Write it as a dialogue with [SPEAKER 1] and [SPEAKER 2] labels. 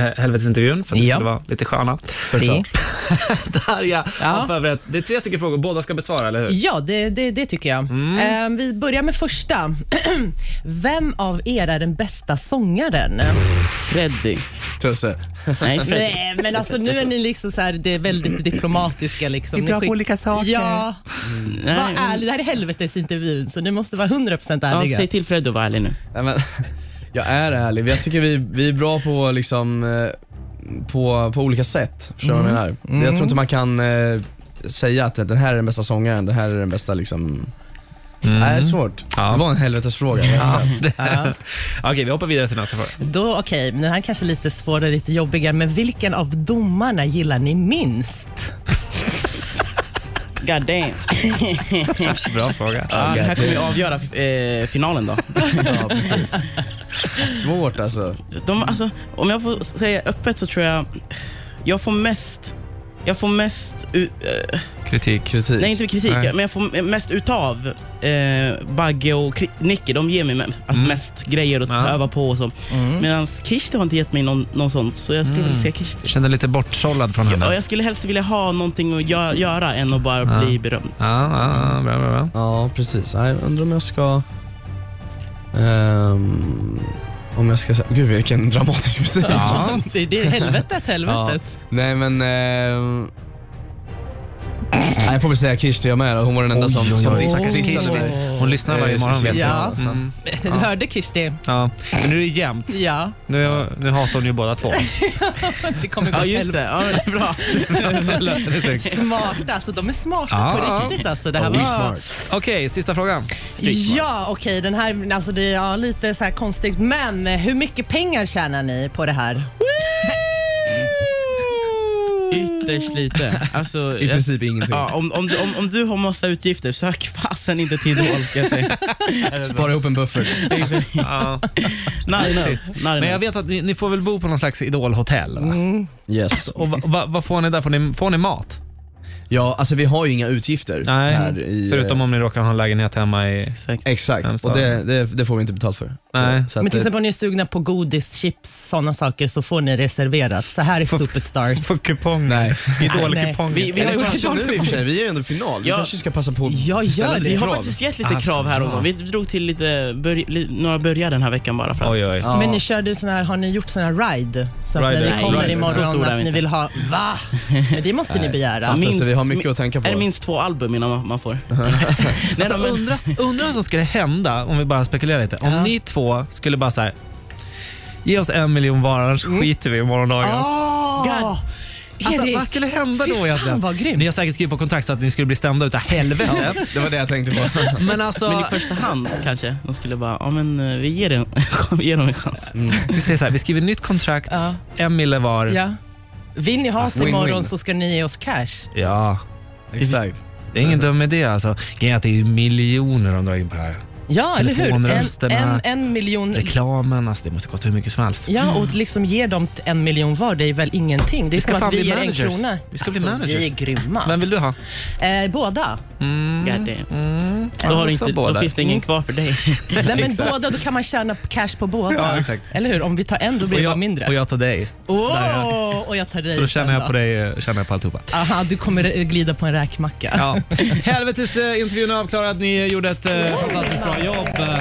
[SPEAKER 1] eh, helvetesintervjun för att det
[SPEAKER 2] Ja.
[SPEAKER 1] skulle vara lite sköna.
[SPEAKER 2] Se.
[SPEAKER 1] Där ja,
[SPEAKER 2] Ja.
[SPEAKER 1] har förberett. Det är tre stycken frågor, båda ska besvara, eller hur?
[SPEAKER 2] Ja, det, det, det tycker jag. Eh, vi börjar med första. Vem av er är den bästa sångaren?
[SPEAKER 3] Freddy.
[SPEAKER 4] Tusse.
[SPEAKER 3] Nej, Freddy.
[SPEAKER 2] Nej, men alltså nu är ni liksom så här, det är väldigt diplomatiska. Liksom.
[SPEAKER 3] Vi är bra
[SPEAKER 2] Ni skick-
[SPEAKER 3] på olika saker.
[SPEAKER 2] Ja, var
[SPEAKER 3] Nej.
[SPEAKER 2] ärlig. Det här är helvetesintervjun, så ni måste vara 100%
[SPEAKER 3] Ja,
[SPEAKER 2] ärliga.
[SPEAKER 3] säg till Freddy att vara ärlig nu.
[SPEAKER 4] Nej, men, jag är ärlig, jag tycker vi, vi är bra på liksom eh, på, på olika sätt, förstår du vad jag menar? Jag tror inte man kan eh, säga att den här är den bästa sångaren, den här är den bästa liksom
[SPEAKER 1] Mm.
[SPEAKER 4] Nej, det är svårt.
[SPEAKER 1] Ja.
[SPEAKER 4] Det var en helvetesfråga. Ja.
[SPEAKER 1] Det- Okej, vi hoppar vidare till nästa fråga.
[SPEAKER 2] Då, okej, den här kanske är lite svårare, lite jobbigare, men vilken av domarna gillar ni minst?
[SPEAKER 3] God damn.
[SPEAKER 1] Bra fråga.
[SPEAKER 3] Ja, det här kommer ju
[SPEAKER 4] damn.
[SPEAKER 3] avgöra eh, finalen då.
[SPEAKER 4] ja, precis. Svårt alltså.
[SPEAKER 3] De, alltså, om jag får säga öppet så tror jag jag får mest jag får mest, u- eh,
[SPEAKER 1] Kritik.
[SPEAKER 4] Kritik.
[SPEAKER 3] nej inte kritik,
[SPEAKER 1] Nej.
[SPEAKER 3] men jag får mest utav eh, Bagge och Kri- Nicky. De ger mig me- alltså, mest grejer att
[SPEAKER 1] Ja.
[SPEAKER 3] öva på och så. Medan Kishti har inte gett mig någon, någon sånt, så jag skulle vilja se Kishti.
[SPEAKER 1] Kände lite bortsållad från henne.
[SPEAKER 3] Ja,
[SPEAKER 1] Ja,
[SPEAKER 3] jag skulle helst vilja ha någonting att gö- göra än att bara bli berömd.
[SPEAKER 1] ja, ja, bra, bra, bra.
[SPEAKER 4] Ja, precis. Nej, jag undrar om jag ska... ehm, om jag ska säga... Gud, vilken dramatisk musik.
[SPEAKER 1] Ja.
[SPEAKER 2] Det det är helvetet, helvetet.
[SPEAKER 4] Nej, men... ehm, Nej, jag får väl säga Kirsti jag med då. Hon var den enda som, som
[SPEAKER 1] Stackars
[SPEAKER 4] dissade
[SPEAKER 1] Kirsti.
[SPEAKER 4] mig.
[SPEAKER 1] Hon lyssnar varje
[SPEAKER 4] Eh,
[SPEAKER 1] morgon
[SPEAKER 4] så-
[SPEAKER 1] vet jag.
[SPEAKER 2] Ja.
[SPEAKER 1] Mm.
[SPEAKER 2] Du hörde Kirsti?
[SPEAKER 1] Ja. Men nu är det jämnt.
[SPEAKER 2] Ja,
[SPEAKER 1] Nu, nu hatar hon ju båda två.
[SPEAKER 2] det kommer gå
[SPEAKER 3] Ja,
[SPEAKER 2] åt
[SPEAKER 3] just
[SPEAKER 2] helvete.
[SPEAKER 3] det. Ja, det är bra.
[SPEAKER 1] Löste det snyggt.
[SPEAKER 2] Smarta, alltså de är smarta
[SPEAKER 1] Ja.
[SPEAKER 2] på riktigt. Alltså, det här
[SPEAKER 4] Oh,
[SPEAKER 2] var...
[SPEAKER 4] smart.
[SPEAKER 1] Okej, sista frågan.
[SPEAKER 2] Ja, okej, den här alltså, det är ja, lite så här konstigt, men hur mycket pengar tjänar ni på det här?
[SPEAKER 3] Ytterst lite. Alltså,
[SPEAKER 4] I
[SPEAKER 3] jag-
[SPEAKER 4] princip typ. ingenting.
[SPEAKER 3] Ja, om, om, du- om, om du har massa utgifter, sök fasen inte till Idol. ska jag säga.
[SPEAKER 4] Spara ihop en buffert.
[SPEAKER 1] Ja.
[SPEAKER 3] Not enough. Not
[SPEAKER 1] Men jag
[SPEAKER 3] enough.
[SPEAKER 1] vet att ni, ni får väl bo på någon slags idolhotell? Va?
[SPEAKER 2] Mm.
[SPEAKER 4] Yes.
[SPEAKER 1] Och va, va, vad får ni där? Får ni, får ni mat?
[SPEAKER 4] Ja, alltså vi har ju inga utgifter
[SPEAKER 1] Nej,
[SPEAKER 4] här i... eh,
[SPEAKER 1] förutom om ni råkar ha en lägenhet hemma i...
[SPEAKER 3] Exakt.
[SPEAKER 4] Exakt, och det, det, det får vi inte betalt för.
[SPEAKER 1] Nej.
[SPEAKER 4] Så att,
[SPEAKER 2] Men till
[SPEAKER 4] eh,
[SPEAKER 2] exempel om ni är sugna på godis, chips, sådana saker så får ni reserverat. Så här är Superstars.
[SPEAKER 1] kuponger.
[SPEAKER 4] Nej.
[SPEAKER 1] Idolkuponger.
[SPEAKER 3] Vi, vi, har,
[SPEAKER 4] Eller
[SPEAKER 3] ju-
[SPEAKER 4] kanske nu i och för sig, vi är ju ändå i final. Vi
[SPEAKER 3] Ja.
[SPEAKER 4] kanske ska passa på att
[SPEAKER 2] Ja,
[SPEAKER 4] ställa
[SPEAKER 2] gör
[SPEAKER 4] lite
[SPEAKER 3] vi har
[SPEAKER 4] krav.
[SPEAKER 3] faktiskt gett lite
[SPEAKER 1] Ah,
[SPEAKER 3] krav
[SPEAKER 1] fan.
[SPEAKER 3] här och då. Vi drog till lite börj- li, några börjar den här veckan bara för att.
[SPEAKER 1] Oj, oj.
[SPEAKER 4] Ja.
[SPEAKER 2] Men ni körde sån här, har ni gjort sån här ride? Så att
[SPEAKER 1] Rider.
[SPEAKER 2] när ni kommer
[SPEAKER 3] Nej, så
[SPEAKER 2] imorgon
[SPEAKER 3] stora är
[SPEAKER 2] att
[SPEAKER 3] vi
[SPEAKER 2] ni
[SPEAKER 3] inte.
[SPEAKER 2] vill ha, va? Men det måste ni begära.
[SPEAKER 4] Fattar,
[SPEAKER 3] Minst-
[SPEAKER 4] så vi har mycket att tänka på.
[SPEAKER 3] Är det minst två album innan man- man får? Nej, då,
[SPEAKER 1] Alltså,
[SPEAKER 3] men,
[SPEAKER 1] undra, undra vad som skulle hända, om vi bara spekulerar lite, om ni två skulle bara så här. Ge oss en miljon var, annars
[SPEAKER 2] Mm.
[SPEAKER 1] skiter vi i morgondagen.
[SPEAKER 2] Åh!
[SPEAKER 1] Alltså,
[SPEAKER 2] Erik,
[SPEAKER 1] vad skulle hända
[SPEAKER 2] fy
[SPEAKER 1] då
[SPEAKER 2] fan,
[SPEAKER 1] egentligen?
[SPEAKER 2] vad grymt.
[SPEAKER 1] Ni har säkert skrivit på kontrakt så att ni skulle bli stämda utav helvete.
[SPEAKER 4] Det var det jag tänkte på.
[SPEAKER 1] Men alltså,
[SPEAKER 3] men i första hand kanske. De skulle bara, ja men eh, vi ger, en, vi ger dem en chans.
[SPEAKER 1] vi säger så här, vi skriver nytt kontrakt,
[SPEAKER 2] Ja,
[SPEAKER 1] en mille var.
[SPEAKER 2] ja. Vill ni ha oss
[SPEAKER 4] Win-win.
[SPEAKER 2] imorgon så ska ni ge oss cash.
[SPEAKER 1] Ja,
[SPEAKER 4] Exakt.
[SPEAKER 1] det är ingen dum idé alltså. Grejen är att det är ju miljoner de drar in på det här.
[SPEAKER 2] Ja, eller hur? En,
[SPEAKER 1] Telefonrösterna.
[SPEAKER 2] en, en miljon.
[SPEAKER 1] Reklamen, alltså det måste kosta hur mycket som helst.
[SPEAKER 2] Ja, och liksom ge dem t- en miljon var, det är väl ingenting. Det är
[SPEAKER 1] Mm. ska
[SPEAKER 2] som
[SPEAKER 1] fan
[SPEAKER 2] att vi
[SPEAKER 1] bli
[SPEAKER 2] ger en
[SPEAKER 1] managers.
[SPEAKER 2] krona.
[SPEAKER 1] Vi ska bli
[SPEAKER 2] alltså,
[SPEAKER 1] managers.
[SPEAKER 2] Vi är grymma.
[SPEAKER 1] Vem vill du ha?
[SPEAKER 2] eh, båda.
[SPEAKER 3] God damn.
[SPEAKER 1] Mm,
[SPEAKER 3] Då, har du
[SPEAKER 1] också
[SPEAKER 3] inte, då
[SPEAKER 1] båda.
[SPEAKER 3] finns det ingen kvar för dig.
[SPEAKER 2] Nej, men båda, då kan man tjäna cash på båda.
[SPEAKER 1] Ja, exakt.
[SPEAKER 2] Eller hur? Om vi tar en, då blir
[SPEAKER 1] Och
[SPEAKER 2] det bara
[SPEAKER 1] jag,
[SPEAKER 2] mindre.
[SPEAKER 1] och jag tar dig.
[SPEAKER 2] Åh, och jag tar dig
[SPEAKER 1] Så då
[SPEAKER 2] sen
[SPEAKER 1] känner jag
[SPEAKER 2] då.
[SPEAKER 1] på dig, eh, känner jag på alltihopa.
[SPEAKER 2] Aha, du kommer eh, glida på en räkmacka.
[SPEAKER 1] Ja. Helvetes eh, intervjun är avklarad. Ni gjorde ett eh, fantastiskt bra jobb.